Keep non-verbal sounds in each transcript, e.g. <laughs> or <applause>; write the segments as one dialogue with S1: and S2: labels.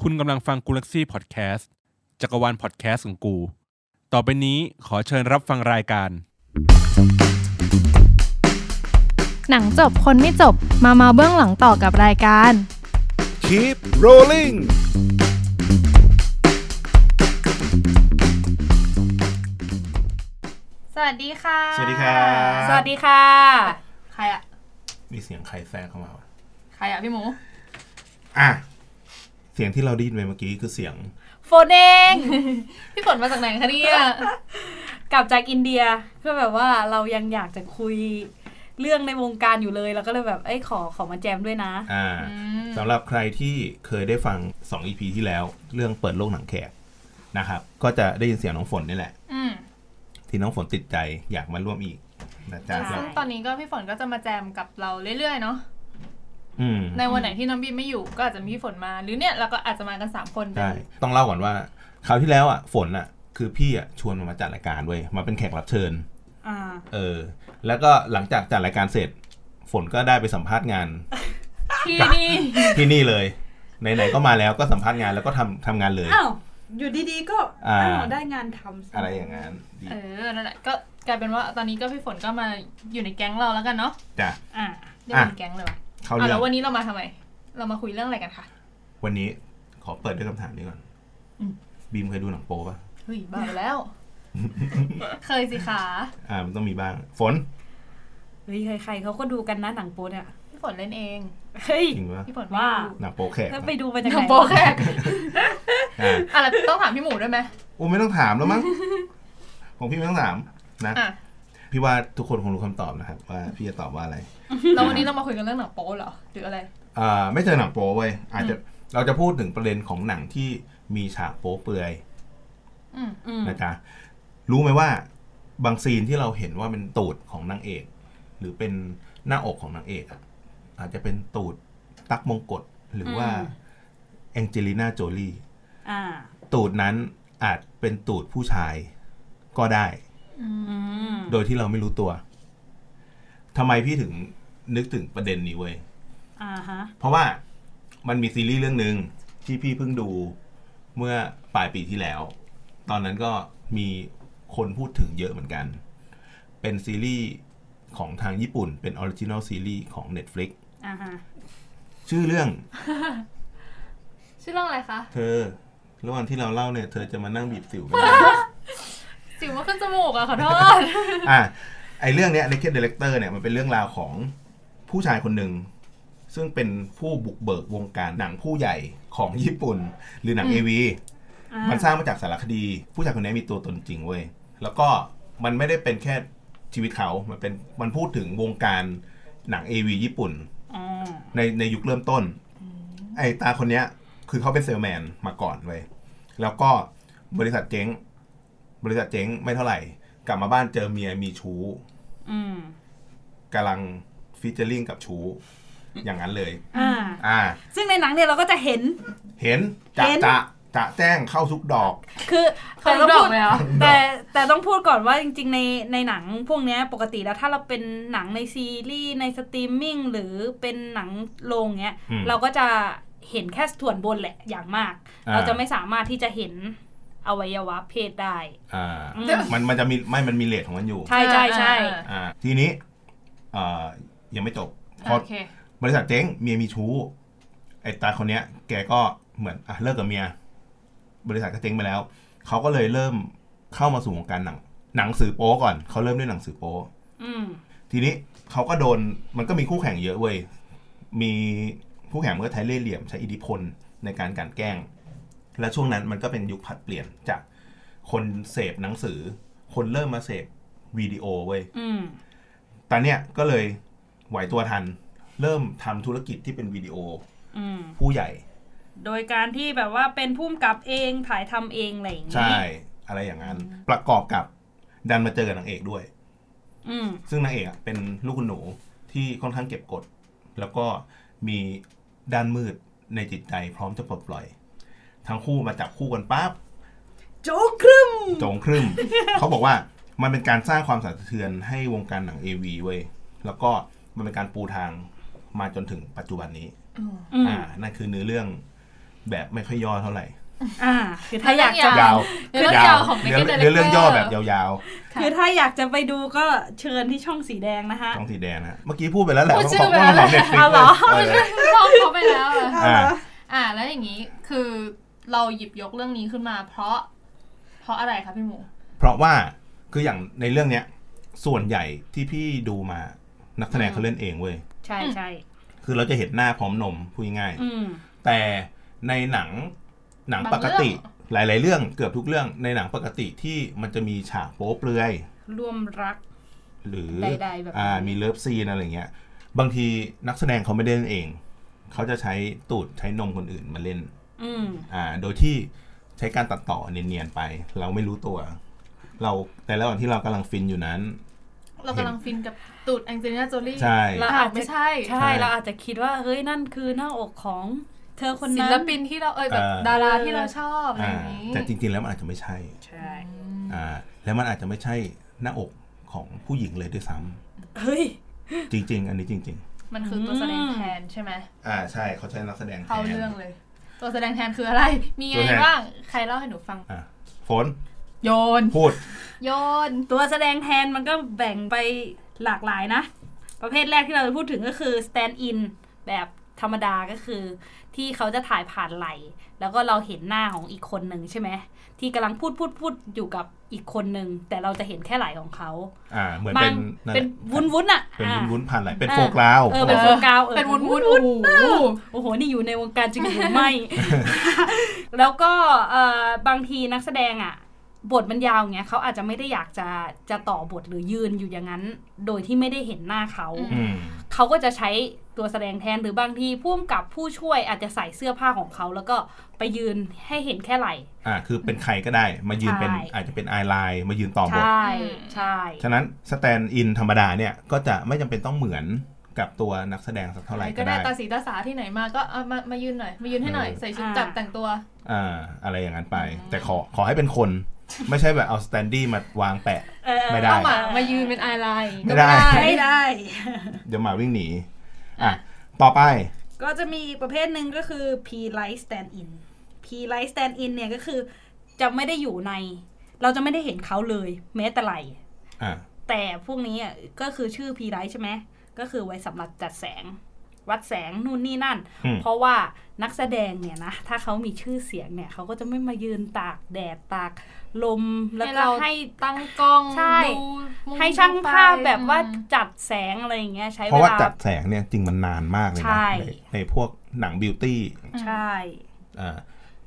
S1: คุณกำลังฟังกูลักซี่พอดแคสต์จักรวาลพอดแคสต์ของกู ต่อไปนี้ขอเชิญรับฟังรายการ
S2: หนังจบคนไม่จบมาเมาเบื้องหลังต่อกับรายการ
S3: Keep rolling
S2: สวัสดีค่ะ
S3: สวัสดีครับ
S4: สวัสดีค่ะ
S2: ใครอะ
S3: มีเสียงใครแซงเข้ามาวะ
S2: ใครอะพี่หมู
S3: อ่ะ เสียงที่เราได้ยินไปเมื่อกี้คือเสียง
S4: โฟนเอง
S2: พี่ฝนมาจากไหนคะเนี่ย
S4: กลับจากอินเดียก็แบบว่าเรายังอยากจะคุยเรื่องในวงการอยู่เลยเราก็เลยแบบเอ้ยขอขอมาแจมด้วยนะ
S3: อ่าสำหรับใครที่เคยได้ฟัง 2 EP ที่แล้ว เรื่องเปิดโลกหนังแขกนะครับ ก็จะได้ยินเสียงน้องฝนนี่แหละ
S2: อืม
S3: ที่น้องฝนติดใจอยากมาร่วมอีกนะจ๊ะ
S4: ใช่
S3: ครั
S2: ซึ่
S3: บ
S2: งตอนนี้ก็พี่ฝนก็จะมาแจมกับเราเรื่อยๆเนาะ
S3: อืม
S2: ในวันไหนที่น้องบีมไม่อยู่ก็อาจจะมีพี่ฝนมาหรือเนี่ยเราก็อาจจะมากันสามคน
S3: ได้ต้องเล่าก่อนว่า คราวที่แล้วอ่ะ ฝนอ่ะ คือพี่อ่ะชวนมันมาจัดรายการเว้ยมาเป็นแขกรับเชิญ
S4: อ่า
S3: เออ แล้วก็หลังจากจัดรายการเสร็จ ฝนก็ได้ไปสัมภาษณ์งาน
S2: ที่นี่
S3: ที่นี่เลยไหนๆก็มาแล้วก็สัมภาษณ์งานแล้วก็ทำทำงานเลย
S4: อ้าวอยู่ดีๆก็
S3: อ่า
S4: อ้าวได้งานทำซ
S3: อะไรอย่างนั้นดี
S2: เออนั่นแหละก็กลายเป็นว่าตอนนี้ก็พี่ฝนก็มาอยู่ในแก๊งเราแล้วกันเนาะ
S3: จ้ะ
S4: อ่า
S2: เรียกเป็นแก๊งเลยวะ
S3: เข้า
S2: อ่ะ
S3: เรื่อ
S2: แล้ว
S3: ง
S2: วันนี้เรามาทำไม เรามาคุยเรื่องอะไรกันคะ
S3: วันนี้ขอเปิดด้วยคำถามนี้ก่อนบีมเคยดูหนังโป๊ปะ
S2: เฮ้ยบ้าไปแล้ว
S3: <laughs>
S2: เคยสิคะ
S3: อ่ามันต้องมีบ้าง ฝน
S4: เฮ้ยใครๆเขาก็ดูกันนะหนังโป๊เนี่ย
S2: พี่ฝนเล่นเอง
S4: เฮ้ย
S3: จริงปะ
S2: พี่ฝน
S4: ว่า
S3: หนังโป๊แขก
S4: แล้ว
S3: ปะ
S4: ไปดูมาจากไห
S2: น้อง
S4: น
S2: โป๊กแค่
S3: อ่า
S2: อะไรต้องถามพี่หมูด้วยไหม
S3: โอ้ไม่ต้องถามแล้วมั้ง
S2: <laughs>
S3: ของพี่ไม่ต้องถามนะ
S5: <laughs>
S2: อ่ะ
S3: พี่ว่าทุกคนคงรู้คำตอบนะครับ ว่าพี่จะตอบว่าอะไร
S2: เราวันนี้เรามาคุยกันเรื่องหนังโป๊เหรอ หรืออะไร
S3: อ่าไม่เจอหนังโป๊เว้ยอาจจะเราจะพูดถึงประเด็นของหนังที่มีฉากโป๊เปลือย
S2: อืม
S4: อืม
S3: นะจ๊ะรู้ไหมว่าบางซีนที่เราเห็นว่าเป็นตูดของนางเอก หรือเป็นหน้าอกของนางเอกอะอาจจะเป็นตูดตักมงกฎหรือว่าแองเจลิน่าโจลี
S4: อ่า
S3: ตูดนั้นอาจเป็นตูดผู้ชายก็ได้
S4: อืม
S3: โดยที่เราไม่รู้ตัวทำไมพี่ถึงนึกถึงประเด็นนี้เว้ย
S4: อ่าฮะ
S3: เพราะว่ามันมีซีรีส์เรื่องหนึ่งที่พี่เพิ่งดูเมื่อปลายปีที่แล้ว ตอนนั้นก็มีคนพูดถึงเยอะเหมือนกัน เป็นซีรีส์ของทางญี่ปุ่น เป็นออริจิน l ลซีรีส์ของ Netflix
S4: อ่าฮะ
S3: ชื่อเรื่อง
S2: ชื่อเรื่องอะไรคะ
S3: เธอ ระหว่างที่เราเล่าเนี่ย เธอจะมานั่งบีบสิวกัน
S2: สิวมาขึ้นจมูกอะขอโทษ
S3: <laughs> อ่ะไอเรื่องเนี้ยในเคสเดเลกเตอร์เนี่ยมันเป็นเรื่องราวของผู้ชายคนหนึ่ง ซึ่งเป็นผู้บุกเบิกวงการหนังผู้ใหญ่ของญี่ปุ่น หรือหนังเอวี
S4: อ่า
S3: มันสร้างมาจากสารคดี ผู้ชายคนนี้มีตัวตนจริงเว้ย แล้วก็มันไม่ได้เป็นแค่ชีวิตเขา มันเป็นมันพูดถึงวงการหนัง AV ญี่ปุ่น
S4: อ๋อ
S3: ในในยุคเริ่มต้น ไอ้ตาคนเนี้ย คือเขาเป็นเซลแมนมาก่อนเว้ย แล้วก็บริษัทเจ๊ง บริษัทเจ๊งไม่เท่าไหร่ กลับมาบ้านเจอเมียมีชู้
S4: อืม
S3: กำลังฟีเจอริงกับชู้ อย่างนั้นเลย
S4: อ่า
S3: อ่า
S4: ซึ่งในหนังเนี่ยเราก็จะเห็น
S3: เห็นจะ
S4: เห็น
S3: จะจะแจ้งเข้าทุกดอก
S4: คือ
S2: เขา
S4: แต่ต้อง
S2: ดอก
S4: พูด
S2: เลยเหรอ
S4: แต่แต่ต้องพูดก่อนว่าจริง ๆ ในในหนังพวกเนี้ยปกติแล้วถ้าเราเป็นหนังในซีรีส์ในสตรีมมิ่งหรือเป็นหนังโรงเนี้ย
S3: อืม
S4: เราก็จะเห็นแค่ส่วนบนแหละอย่างมาก
S3: อ่า
S4: เราจะไม่สามารถที่จะเห็นอวัยวะเพศได้
S3: อ่า
S4: อืม
S3: มันมันจะมีไม่ มันมีเลทของมันอยู่
S4: ใช่ใช่ใช่
S2: อ่า
S3: อ่าทีนี้เอ่อยังไม่จบพอ
S2: โอเค
S3: บริษัทเจ๊งเมียมีชู้ไอ้ตาคนเนี้ย แกก็เหมือนอ่ะเลิกกับเมีย บริษัทก็เจ๊งไปแล้ว เขาก็เลยเริ่มเข้ามาสู่วงการหนัง หนังสือโป๊ก่อน เขาเริ่มด้วยหนังสือโป๊
S4: อืม
S3: ทีนี้เขาก็โดนมันก็มีคู่แข่งเยอะเว้ยมีคู่แข่งมันก็ใช้เล่ห์เหลี่ยมใช้อิทธิพลในการกลันแกล้ง และช่วงนั้นมันก็เป็นยุคผลัดเปลี่ยนจากคนเสพหนังสือ คนเริ่มมาเสพวิดีโอเว้ย
S4: อืม
S3: ตอนเนี้ยก็เลยไหวตัวทัน เริ่มทำธุรกิจที่เป็นวิดีโอ
S4: อืม
S3: ผู้ใหญ่
S4: โดยการที่แบบว่าเป็นผู้กำกับเองถ่ายทำเองอะไรอย่างงี้
S3: ใช่ อะไรอย่างนั้น ประกอบกับดันมาเจอกับนางเอกด้วย
S4: อืม
S3: ซึ่งนางเอกอะเป็นลูกคุณหนูที่ค่อนข้างเก็บกด แล้วก็มีด้านมืดในจิตใจพร้อมจะปลดปล่อย ทั้งคู่มาจับคู่กันปั๊บ
S4: โจกครึม
S3: โจงครึ่ม เขาบอกว่ามันเป็นการสร้างความสั่นสะเทือนให้วงการหนัง AV เว้ยแล้วก็มันเป็นการปูทางมาจนถึงปัจจุบันนี้
S2: อืม
S4: อืม
S3: อ่านั่นคือเนื้อเรื่อง แบบไม่ค่อยย่อเท่าไหร่
S4: อ่า คือถ้าอยากจะ
S5: อ่ะ
S3: ยาว
S5: เรื่องยาวของ Naked
S3: เรื่อง
S5: Director
S3: เรื่องย่อแบบยาว
S5: ค่ะ
S4: คือถ้าอยากจะไปดูก็เชิญที่ช่องสีแดงนะคะ
S3: ๆช่องสีแดงนะฮะเมื่อกี้พูดไปแล้วแหละ
S5: พูด
S3: ว่า
S5: ชื่
S3: ขอ
S5: อง ไป
S3: ว่า
S5: แล้ว
S3: ของเน็ตฟลิก
S4: เอาเหรอ
S3: เลย
S5: ช่องเขาไปแล้วอะ
S3: อ่า
S5: อ่ะแล้วอย่างนี้คือเราหยิบยกเรื่องนี้ขึ้นมา เพราะ เพราะอะไรคะพี่หมู
S3: เพราะว่าคืออย่างในเรื่องเนี้ย ส่วนใหญ่ที่พี่ดูมานักแสดงเขาเล่นเองเว้ย
S4: ใช่ใช่
S3: คือเราจะเห็นหน้าพร้อมนมพูดง่ายๆ
S4: อืม
S3: แต่ในหนังหนังปกติ หลาย ๆ เรื่องเกือบทุกเรื่องในหนังปกติที่มันจะมีฉากโป๊เปลือย
S4: ร่วมรัก
S3: หรือ
S4: ใดๆแบบนี้
S3: อ่ามีเลิฟซีนอะไรเงี้ย บางทีนักแสดงเขาไม่ได้เล่นเอง เขาจะใช้ตูดใช้นมคนอื่นมาเล่น
S4: อืม
S3: อ่าโดยที่ใช้การตัดต่อเนียน ๆ ไป เราไม่รู้ตัว เราแต่ระหว่างที่เรากำลังฟินอยู่นั้น
S5: เรากำลังฟินกับตูดแองเจลิน่าโจลี่
S3: ใช่
S4: แล้ว
S5: อ้าวไม่ใช่
S4: ใช่เราอาจจะคิดว่าเฮ้ยนั่นคือหน้าอกของ เธอคน
S5: ศิ
S4: นั้น
S5: ลปินที่เราเอ่ยแบบ
S3: อ่า
S5: ดาราที่เราชอบอะไร
S3: อ่า
S5: อย่างนี้
S3: แต่จริง ๆ แล้วมันอาจจะไม่ใช่
S4: ใช่
S3: อ่าแล้วมันอาจจะไม่ใช่หน้าอกของผู้หญิงเลยด้วยซ้ำ
S4: เฮ้ย
S3: จริง ๆ อันนี้จริง ๆ
S5: มันคือตัวแสดงแทนใช่ไหม
S3: อ่าใช่เขาใช้นักแสดงแท
S5: เข้าน เรื่องเลย ตัวแสดงแทนคืออะไร มี
S3: ตัว
S5: ไง
S3: แทน
S5: บ้างใครเล่าให้หนูฟัง
S3: อ่ะฝน
S5: โยน
S3: พูด
S5: โยน
S4: ตัวแสดงแทนมันก็แบ่งไปหลากหลายนะ ประเภทแรกที่เราจะพูดถึงก็คือ stand in แบบธรรมดาก็คือ ที่เขาจะถ่ายผ่านไหล แล้วก็เราเห็นหน้าของอีกคนหนึ่งใช่ไหม ที่กำลังพูดพูดพูดอยู่กับอีกคนหนึ่ง แต่เราจะเห็นแค่ไหลของเขา
S3: อ่า เหมือน
S4: บา
S3: เป็
S4: ง
S3: นนั่นแหละ
S4: เป็นวุ้นวุ้นๆอะ
S3: เป็น
S4: อ่ะ
S3: วุ้นๆผ่านไหลเป็น
S4: อ่า
S3: โฟกราว
S4: เออเป็น
S5: เออ
S4: วุ้นกาวออ
S5: เป็นวุ้นวุ้นโอ้โห
S4: โอ้โห นี่อยู่ในวงการจริงหรือ
S5: <laughs>
S4: ไม่ แล้วก็เอ่อบางทีนักแสดงอ่ะ บทมันยาวอย่างเงี้ยเขาอาจจะไม่ได้อยากจะจะต่อบทหรือยืนอยู่อย่างนั้น โดยที่ไม่ได้เห็นหน้าเขา
S3: อืม
S4: เขาก็จะใช้ตัวแสดงแทนหรือบางทีพ่วงกับผู้ช่วยอาจจะใส่เสื้อผ้าของเขา แล้วก็ไปยืนให้เห็นแค่ไหล่
S3: อ่า คือเป็นใครก็ได้มายืนเป็น
S4: ใช่
S3: อาจจะเป็นไอไลน์มายืนต่อบท
S4: ใช่ใช่
S3: ฉะนั้นสแตนด์อินธรรมดาเนี่ย ก็จะไม่จำเป็นต้องเหมือนกับตัวนักแสดงสักเท่าไหร่
S5: ใคร
S3: ก็
S5: ก็ได้
S3: ได้
S5: ตาสีตาสาที่ไหนมาก็เอามามายืนหน่อย มายืนให้หน่อย
S3: เออ
S5: ใส่ชุดจับแต่งตัว
S3: อ่า อะไรอย่างนั้นไป แต่ขอขอให้เป็นคน ไม่ใช่แบบเอาสแตนดี้มาวางแปะ
S4: เออ
S3: ไม่ได้
S5: ต้องมามายืนเป็นไอไลน์
S3: ไม่ได้
S4: ไม่ได้
S3: เดี๋ยวหมาวิ่งหนี อ่ะ ต่อไป
S4: ก็จะมีอีกประเภทหนึ่งก็คือ P light stand in P light stand in เนี่ยก็คือจะไม่ได้อยู่ใน เราจะไม่ได้เห็นเขาเลยแม้แต่ไหล
S3: อ่า
S4: แต่พวกนี้อ่ะก็คือชื่อ P light ใช่ไหมก็คือไว้สำหรับจัดแสง วัดแสงนู่นนี่นั่น
S3: อืม
S4: เพราะว่านักแสดงเนี่ยนะ ถ้าเขามีชื่อเสียงเนี่ย เขาก็จะไม่มายืนตากแดดตากลมแล้ว
S5: ให้
S4: ก็
S5: เรา
S4: ให้
S5: ตั้งกล้อง
S4: ใช่
S5: ดูมุม
S4: ให้ช่างภาพแบบว่า
S5: อืม
S4: จัดแสงอะไรอย่างเงี้ยใช้
S3: เพ
S4: เว
S3: ราะว่า
S4: ลา
S3: จัดแสงเนี่ยจริงมันนานมากเลย
S4: ใช่
S3: นะในในพวกหนังบิวตี้
S4: ใช่
S3: อ่า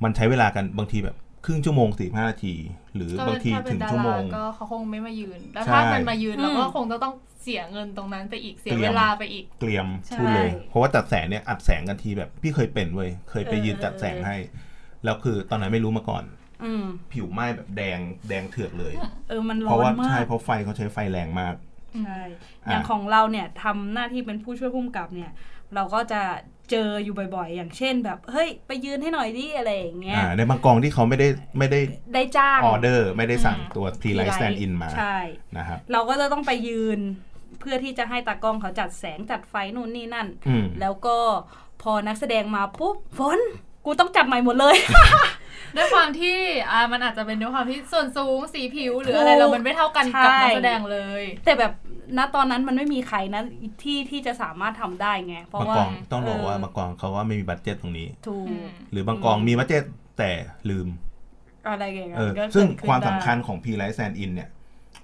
S3: มันใช้เวลากันบางทีแบบครึ่งชั่วโมงสี่ห้านาที หรือ
S5: ก็
S3: บางที
S5: ถ้เป็
S3: ถึ
S5: น
S3: ง
S5: ดารา
S3: ชั่วโมง
S5: ก็เขาคงไม่มายืน แล้ว
S3: ใช่
S5: ถ้ามันมายืน
S4: อืม
S5: เราก็คงจะต้องเสียเงินตรงนั้นไปอีกเสีย
S3: เตรียม
S5: เวลาไปอีก
S3: เตรียม
S5: ใช่
S3: พูดเลย เพราะว่าจัดแสงเนี่ยอัดแสงกันทีแบบ พี่เคยเป็นเว้ยเคยไปยืนจัดแสงให้ แล้วคือตอนนั้นไม่รู้มาก่อน
S4: อืม
S3: ผิวไหม้แบบแดงแดงเถือกเลย
S4: เออมันร้
S3: เพ
S4: อ
S3: ราะ
S4: น
S3: ว่าม
S4: าก
S3: ใช่เพราะไฟเขาใช้ไฟแรงมาก
S4: ใช่
S3: อ่ะ
S4: อย่างของเราเนี่ยทำหน้าที่เป็นผู้ช่วยผู้กำกับเนี่ย เราก็จะเจออยู่บ่อยๆ อย่างเช่นแบบ เฮ้ย ไปยืนให้หน่อยดิอะไรอย่างเงี้ย
S3: อ่าในบางกองที่เขาไม่ได้ไม่ได้
S4: ได้จ้าง
S3: ออเดอร์ ไม่ได้สั่งตัวพรีไล
S4: ที
S3: ท์สแตนด์อินมา
S4: ใช่
S3: นะครับ
S4: เราก็จะต้องไปยืน เพื่อที่จะให้ตากล้องเขาจัดแสงจัดไฟนู่นนี่นั่น
S3: อืม
S4: แล้วก็พอนักแสดงมาปุ๊บฝนกูต้องจัดใหม่หมดเลย <laughs>
S5: ด้วยความที่อ่ามันอาจจะเป็นด้วยความที่ส่วนสูงสีผิวหรืออะไรเรามันไม่เท่ากันกับนักแสดงเลย
S4: แต่แบบณตอนนั้นมันไม่มีใครนะที่ที่จะสามารถทำได้ไง เพราะ
S3: บาง
S4: ว่า
S3: กองต้องบอกว่า
S4: เออ
S3: บางกองเขาว่าไม่มีบัตเจ็ตตรงนี้
S4: ถูก
S5: อืม
S3: หรือบางกองมีบัตเจ็ตแต่ลืม
S4: อะไรอย่างเงี้ย
S3: เออ
S4: ก็
S3: ซึ่ง
S4: เกิดขึ้น
S3: ความ
S4: ได้
S3: สำคัญของพีไลท์แซนอินเนี่ย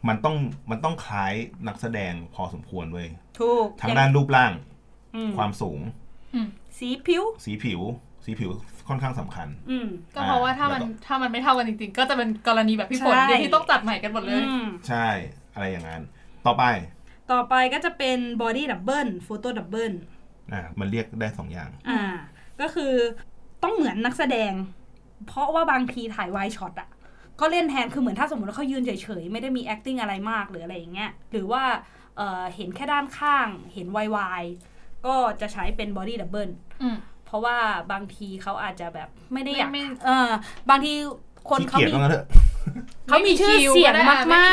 S3: มันต้องมันต้องคล้ายนักแสดงพอสมควรเว้ย
S4: ถูก
S3: ทั้งด้านรูปร่าง
S4: อืม
S3: ความสูง
S4: สีผิว
S3: สีผิว สีผิวค่อนข้างสำคัญ
S4: อืม
S5: ก็เพราะว่าถ้ามัน
S3: แล้วก็
S5: ถ้ามันไม่เท่ากันจริงๆ ก็จะเป็นกรณีแบบพี่ฝน
S4: ใช่
S5: ที่ต้องตัดใหม่กันหมดเลย
S4: อืม
S3: ใช่อะไรอย่างนั้น ต่อไป
S4: ต่อไปก็จะเป็น body double photo double
S3: อ่ะมันเรียกได้สองอย่าง
S4: อ่า ก็คือต้องเหมือนนักแสดง เพราะว่าบางทีถ่ายวายช็อตอ่ะ ก็เล่นแทนคือเหมือนถ้าสมมติว่าเขายืนเฉยๆ ไม่ได้มี acting อะไรมากหรืออะไรอย่างเงี้ย หรือว่าเอ่อเห็นแค่ด้านข้าง เห็นวายๆ ก็จะใช้เป็น body double
S5: อืม
S4: เพราะว่าบางทีเขาอาจจะแบบไม่ได้อยาก
S5: ไม่ไม่
S4: เออบางทีคน
S3: ที่
S4: เขา
S3: เกียด
S4: มี
S3: ก็งั้นเถอะ
S4: เขามีชื่อเสียงม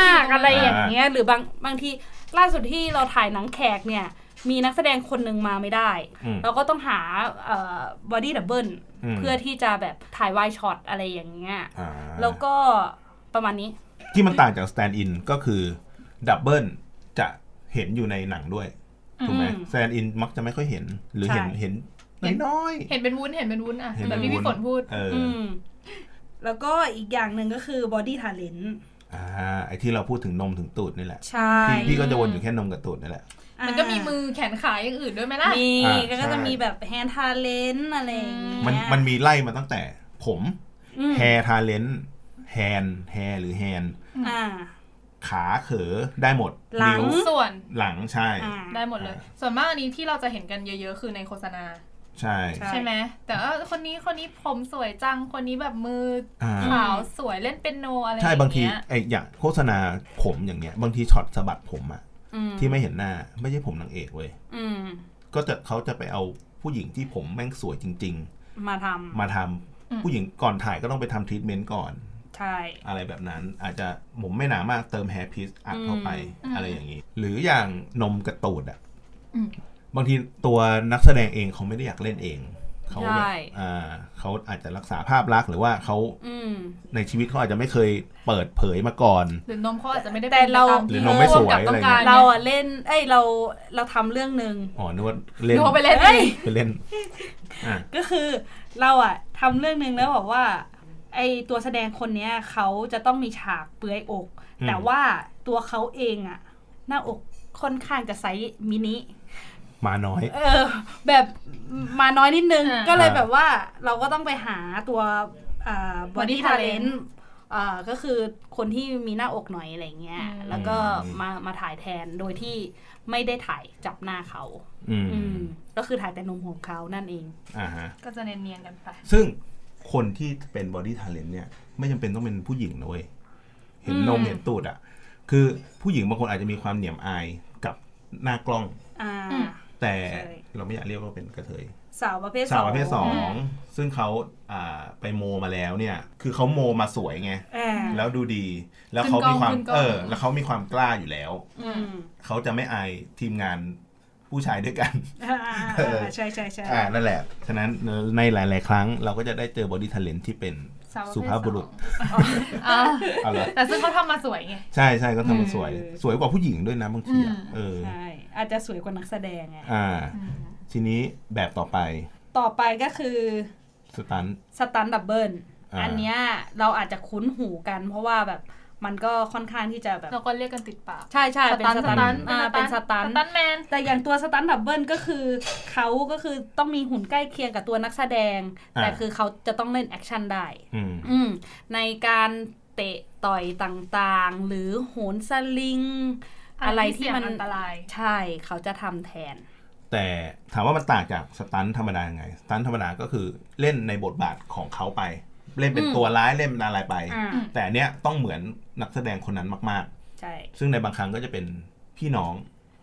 S4: ากๆ อะไรอย่างเงี้ย
S3: อ่า
S4: หรือบางบางทีล่าสุดที่เราถ่ายหนังแขกเนี่ย มีนักแสดงคนหนึ่งมาไม่ได้
S3: อืม
S4: เราก็ต้องหาบอดี้ดับเบิล
S3: ม
S4: เพื่อที่จะแบบถ่ายวายช็อตอะไรอย่างเงี้ย
S3: อ่า
S4: แล้วก็ประมาณนี้
S3: ที่มันต่างจากสแตนด์อินก็คือดับเบิลจะเห็นอยู่ในหนังด้วยถูกไหม
S4: อืม
S3: สแตนด์อินมักจะไม่ค่อยเห็น หรือเห็น
S4: ใช่
S3: เห็นน้อยๆ
S5: เห็นเป็นวุ้นเห็นเป็นวุ้นอ่ะ
S3: เห็น
S5: แบ
S3: เป็
S5: บ
S3: น
S5: ที่
S3: วุ้
S5: พี่
S3: น
S5: ฝนพูด
S3: เออ
S4: อืมแล้วก็อีกอย่างหนึ่งก็คือบอดี้ทาเลน
S3: อ่าไอที่เราพูดถึงนมถึงตูดนี่แหละ
S4: ใช่
S3: พี่พี่ก็จะวนอยู่แค่นมกับตูดนี่แหละ
S5: มันก็มีมือแขนขาอย่างอื่นด้วยไหมล่ะ
S4: มี
S3: อ่า
S4: ก็จะ
S3: ใช่
S4: มีแบบแฮนทาเลนอะไรอย่างเงี้ย
S3: มันมันมีไล่มาตั้งแต่ผม
S4: อืม
S3: แฮร์ทาเลนต์แฮนแฮหรือแฮน
S4: อ่า
S3: ขาเขอได้หมด
S4: หลัง
S3: นิ้ว
S5: ส่วน
S3: หลังใช่
S4: อ่า
S5: ได้หมดเลย
S3: อ่
S5: ส่วนมากอันนี้ที่เราจะเห็นกันเยอะๆ คือในโฆษณา
S3: ใช่
S4: ใช่
S5: ใช่ไหมแต่ว่าคนนี้คนนี้ผมสวยจังคนนี้แบบมือ
S3: อ่า
S5: ขาวสวยเล่นเป็นโนอะไรอย่
S3: ใช่บางที
S5: เย
S3: ไออย่างโฆษณาผมอย่างเงี้ย บางทีช็อตสะบัดผมอะ
S4: อืม
S3: ที่ไม่เห็นหน้าไม่ใช่ผมนางเอกเว้ย
S4: อืม
S3: ก็จะเขาจะไปเอาผู้หญิงที่ผมแม่งสวยจริง
S4: มาท
S3: ๆ มาทำผู้หญิงก่อนถ่ายก็ต้องไปทำทรีทเมนต์ก่อน
S4: ำใช่
S3: อะไรแบบนั้นอาจจะผมไม่หนามากเติมแฮร์พีซอัดเข้าไป
S5: อืม
S3: อะไรอย่างนี้ หรืออย่างนมกระตูดอ่ะ
S5: อืม
S3: บางทีตัวนักแสดงเองเขาไม่ได้อยากเล่นเองเขาแบบ
S4: ใช่
S3: อ่าเขาอาจจะรักษาภาพลักษณ์หรือว่าเขา
S4: อืม
S3: ในชีวิตเขาอาจจะไม่เคยเปิดเผยมาก่อน
S5: หรือนมเขาอาจจะไม่ได้
S4: แต่เรา
S3: หรือนมไม่สวยอะไรเงี้
S5: ต้อ
S3: ย
S5: งการ
S4: เราอะเล่น เอ้ยเราเราทำเรื่องหนึ่ง
S3: อ๋อนึกว่า
S5: เล่
S3: เล่น
S5: นไปเล่นเอ
S4: เอ้ย
S5: ง
S3: ไปเล่นอ่ะ
S4: ก็คือเราอะทำเรื่องหนึ่งแล้วบอกว่า ไอตัวแสดงคนเนี้ยเขาจะต้องมีฉากเปลือยอก แต่ว่าตัวเขาเองอะหน้าอกค่อนข้างจะไซส์มินิ
S3: มาน้อย
S4: เออแบบมาน้อยนิดนึง
S5: อ่า
S4: ก็เลย
S3: อ่า
S4: แบบว่าเราก็ต้องไปหาตัวบอ
S5: Body
S4: ดี้ทาเลน
S5: talent
S4: ต์ก็คือคนที่มีหน้าอกหน่อยอะไรเงี้ย
S5: อืม
S4: แล้วก็มามาถ่ายแทนโดยที่ไม่ได้ถ่ายจับหน้าเขา
S3: อืม
S4: อืมก็คือถ่ายแต่นมของเขานั่นเอง
S3: อ่าฮะ
S5: ก็จะเนียนๆกันไป
S3: ซึ่งคนที่เป็นบอดี้ทาเลนต์เนี่ย ไม่จำเป็นต้องเป็นผู้หญิงนะเว้ยเห็นนม
S4: อืม
S3: เห็นตูดอ่ะ คือผู้หญิงบางคนอาจจะมีความเหนียมอายกับหน้ากล้อง
S4: อ่า
S5: อืม
S3: แต่
S4: ใช่
S3: เราไม่อยากเรียกว่าเป็นกระเทย
S4: สาวประเภท
S3: สาวประเภทสอ
S5: อื
S3: ง
S5: ม
S3: ซึ่งเขาอ่าไปโมมาแล้วเนี่ย คือเขาโมมาสวยไง
S4: อ่า
S3: แล้วดูดี แล้วเขามีความ
S5: ขึ้นกล้อง
S3: เออ แล้วเขามีความกล้าอยู่แล้ว
S4: อืม
S3: เขาจะไม่อายทีมงานผู้ชายด้วยกัน
S4: อ่าอ่า
S3: เออ
S4: อ่าใช่ใช่ใช่
S3: อ่านั่นแหละ ฉะนั้นในหลาย ๆ ครั้งเราก็จะได้เจอบอดี้ท l เลนที่เป็น
S5: สาวประเภท
S3: สุภาพบุรุษ
S5: สองอ่ <laughs> ะ
S3: เอาละ
S5: แต่ซึ่งเขาทำมาสวยไง
S3: ใช่ใช่ก็ทำมันสวย สวยกว่าผู้หญิงด้วยนะบางทีอะ
S5: อืม
S3: เออ
S4: ใช่อาจจะสวยกว่านักแสดงไง
S3: อ่า
S5: อืม
S3: ทีนี้แบบต่อไป
S4: ต่อไปก็คือ
S3: สตัน
S4: สตันดับเบิล
S3: อ่า
S4: อันเนี้ยเราอาจจะคุ้นหูกัน เพราะว่าแบบมันก็ค่อนข้างที่จะแบบ
S5: เราก็เรียกกันติดปาก
S4: ใช่ใช่เป็นสตันอ่าเป็นสตัน
S5: สตันแมน
S4: แต่อย่างตัวสตันดับเบิลก็คือเขาก็คือต้องมีหุ่นใกล้เคียงกับตัวนักแสดง
S3: อ่า
S4: แต่คือเขาจะต้องเล่นแอคชั่นได้
S3: อืม
S4: อืมในการเตะต่อยต่างๆ หรือโหนสลิง อะไรที่มัน
S5: อันตราย
S4: ใช่เขาจะทำแทน
S3: แต่ถามว่ามันต่างจากสตันท์ธรรมดายังไง สตันท์ธรรมดาก็คือเล่นในบทบาทของเขาไป เล่นเป็น
S4: อืม
S3: ตัวร้ายเล่นเป็นอะไรไป
S4: อ่า
S5: อืม
S3: แต่อันเนี้ยต้องเหมือนนักแสดงคนนั้นมาก
S4: ใช่
S3: ๆ ซึ่งในบางครั้งก็จะเป็นพี่น้อง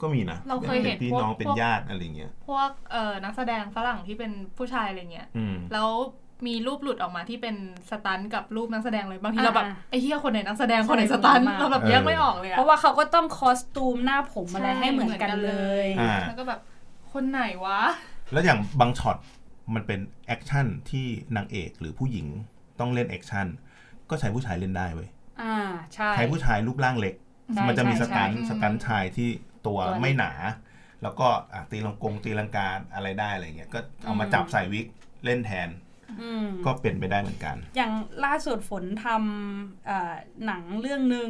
S3: ก็มีนะ
S5: เราเคยเห็น
S3: ป็พี่น้อง
S5: พวก
S3: เป็นญาติอะไรเงี้ย
S5: พวกเอ่อนักแสดงฝรั่งที่เป็นผู้ชายอะไรเงี้ย
S3: อืม
S5: แล้วมีรูปหลุดออกมาที่เป็นสตันกับรูปนักแสดงเลยบางทีเราแบบไอ้เหี้ยคนไหนนักแสดงคนไหนสตันเราแบบแยกไม่ออกเลยอะ
S4: เพราะว่าเขาก็ต้องคอสตูมหน้าผมอะไร
S5: ช่
S4: ให้เหมือนกันเลย
S3: อ่า
S5: แล้วก็แบบคนไหนวะ
S3: แล้วอย่างบางช็อตมันเป็นแอคชั่นที่นางเอกหรือผู้หญิงต้องเล่นแอคชั่นก็ใช้ผู้ชายเล่นได้เว้ย
S4: อ่าใช่
S3: ใช้ผู้ชายรูปร่างเล็ก
S4: ใช่
S3: มันจะมี
S4: ใช่
S3: สตัน
S5: ใช่
S3: สตันชายที่ตัว
S4: ตัว
S3: ไม่หนา แล้วก็อ่ะตีลังกงตีลังกาอะไรได้อะไรเงี้ยก็เอามา
S4: อืม
S3: จับใส่วิกเล่นแทน
S4: อืม
S3: ก็เป็นไปได้เหมือนกัน
S4: อย่างล่าสุดฝนทำเอ่อหนังเรื่องหนึ่ง